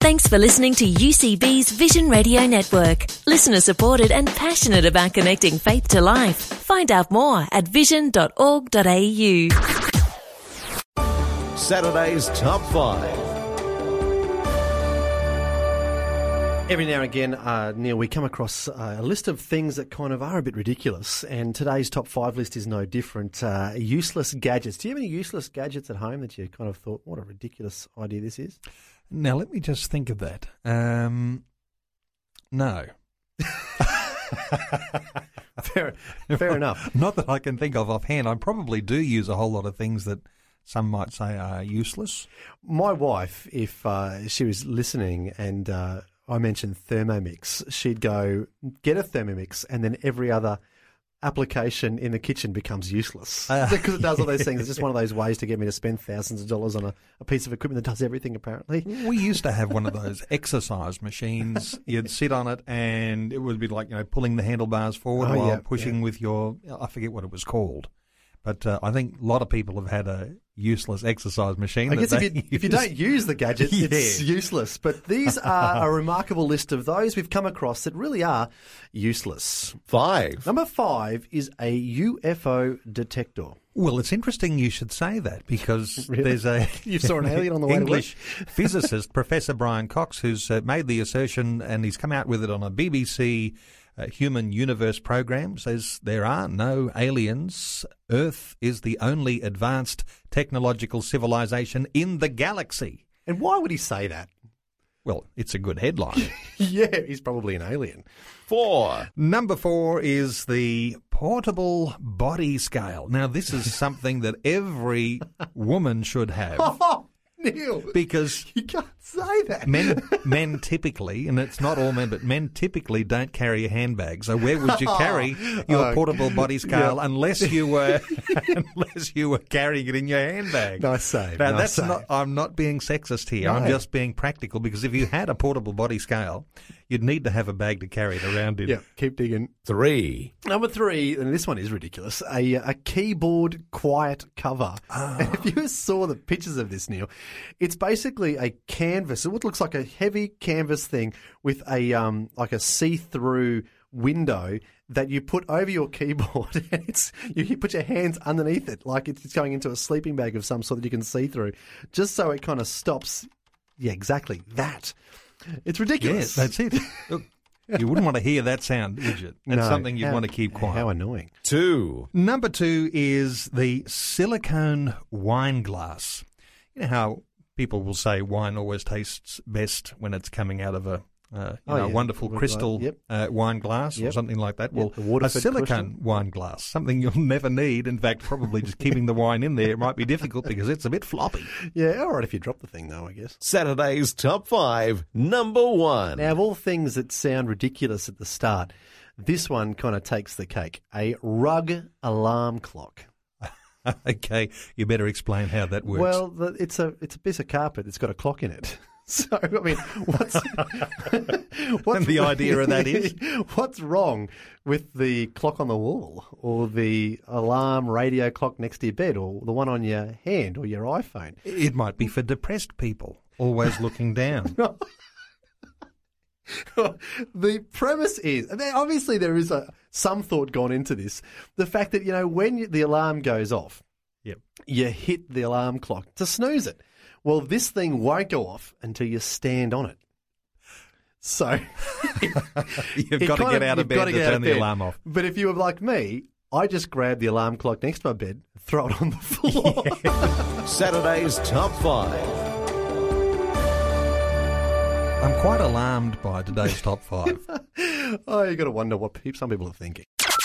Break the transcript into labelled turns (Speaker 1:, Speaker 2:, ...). Speaker 1: Thanks for listening to UCB's Vision Radio Network. Listener supported and passionate about connecting faith to life. Find out more at vision.org.au.
Speaker 2: Saturday's Top 5. Every now and again, uh, Neil, we come across uh, a list of things that kind of are a bit ridiculous, and today's top five list is no different. Uh, useless gadgets. Do you have any useless gadgets at home that you kind of thought, what a ridiculous idea this is?
Speaker 3: Now let me just think of that. Um, no,
Speaker 2: Fair, fair enough.
Speaker 3: not that I can think of offhand. I probably do use a whole lot of things that some might say are useless.
Speaker 2: My wife, if uh, she was listening and uh, I mentioned Thermomix, she'd go get a Thermomix, and then every other application in the kitchen becomes useless
Speaker 3: Ah.
Speaker 2: because it does all those things. It's just one of those ways to get me to spend thousands of dollars on a, a piece of equipment that does everything. Apparently,
Speaker 3: We used to have one of those exercise machines. You'd sit on it, and it would be like you know pulling the handlebars forward
Speaker 2: Oh,
Speaker 3: while
Speaker 2: yeah,
Speaker 3: pushing with your. I forget what it was called, but uh, I think a lot of people have had a useless exercise machine.
Speaker 2: I
Speaker 3: that
Speaker 2: guess if
Speaker 3: they
Speaker 2: you, if you
Speaker 3: use.
Speaker 2: don't use the gadget, it's
Speaker 3: Yeah.
Speaker 2: useless. But these are a remarkable list of those we've come across that really are useless.
Speaker 4: Five.
Speaker 2: Number five is a UFO detector.
Speaker 3: Well, it's interesting you should say that because there's a
Speaker 2: You saw an alien on the way to
Speaker 3: English physicist Professor Brian Cox who's uh, made the assertion and he's come out with it on a BBC uh, Human Universe program says there are no aliens. Earth is the only advanced technological civilization in the galaxy.
Speaker 2: And why would he say that?
Speaker 3: Well, it's a good headline.
Speaker 2: yeah, he's probably an alien.
Speaker 4: Four.
Speaker 3: Number four is the portable body scale. Now, this is something that every woman should have
Speaker 2: Oh, Neil,
Speaker 3: because
Speaker 2: you can't say that.
Speaker 3: men men typically, and it's not all men, but men typically don't carry a handbag. So where would you carry your
Speaker 2: Oh,
Speaker 3: portable body scale unless you were unless you were carrying it in your handbag?
Speaker 2: Nice save,
Speaker 3: Now
Speaker 2: nice
Speaker 3: that's
Speaker 2: save.
Speaker 3: not. I'm not being sexist here.
Speaker 2: No.
Speaker 3: I'm just being practical because if you had a portable body scale, you'd need to have a bag to carry it around in.
Speaker 2: yeah, keep digging.
Speaker 4: Three.
Speaker 2: Number three, and this one is ridiculous, a, a keyboard quiet cover.
Speaker 3: Ah.
Speaker 2: And if you saw the pictures of this, Neil, it's basically a canvas. It looks like a heavy canvas thing with a um, like a see-through window that you put over your keyboard and it's you, you put your hands underneath it like it's it's going into a sleeping bag of some sort that you can see through just so it kind of stops yeah exactly that it's ridiculous
Speaker 3: Yes, that's it. Look, you wouldn't want to hear that sound, would you? It's
Speaker 2: No,
Speaker 3: something you'd
Speaker 2: how-
Speaker 3: want to keep quiet.
Speaker 2: how annoying
Speaker 4: Two.
Speaker 3: Number two is the silicone wine glass. You know how people will say wine always tastes best when it's coming out of a uh, you
Speaker 2: Oh,
Speaker 3: know,
Speaker 2: yeah.
Speaker 3: wonderful
Speaker 2: Right,
Speaker 3: crystal
Speaker 2: yep.
Speaker 3: uh, wine glass or
Speaker 2: Yep.
Speaker 3: something like that.
Speaker 2: Yep, the
Speaker 3: Well, a
Speaker 2: Waterford
Speaker 3: silicone
Speaker 2: crystal.
Speaker 3: wine glass, something you'll never need. In fact, probably just keeping the wine in there might be difficult because it's a bit floppy.
Speaker 2: yeah all right if you drop the thing though i guess
Speaker 4: Saturday's Top 5. Number one.
Speaker 2: Now, of all things that sound ridiculous at the start, this one kind of takes the cake. A rug alarm clock.
Speaker 3: okay, you better explain how that works.
Speaker 2: Well, the, it's a it's a piece of carpet that's got a clock in it. So I mean, what's, what's
Speaker 3: And the idea of that is?
Speaker 2: what's wrong with the clock on the wall, or the alarm radio clock next to your bed, or the one on your hand, or your iPhone?
Speaker 3: it might be for depressed people, always looking down.
Speaker 2: the premise is I mean, obviously there is a, some thought gone into this. The fact that you know when you, the alarm goes off,
Speaker 3: Yep.
Speaker 2: you hit the alarm clock to snooze it. Well, this thing won't go off until you stand on it. So
Speaker 3: You've
Speaker 2: it
Speaker 3: got to
Speaker 2: kind
Speaker 3: get out of
Speaker 2: you've gotta
Speaker 3: bed to
Speaker 2: get out
Speaker 3: turn
Speaker 2: of
Speaker 3: the
Speaker 2: bed.
Speaker 3: alarm off.
Speaker 2: But if you were like me, I just grab the alarm clock next to my bed, throw it on the floor.
Speaker 4: Saturday's Top 5.
Speaker 3: I'm quite alarmed by today's top five.
Speaker 2: oh, you got to wonder what pe- some people are thinking.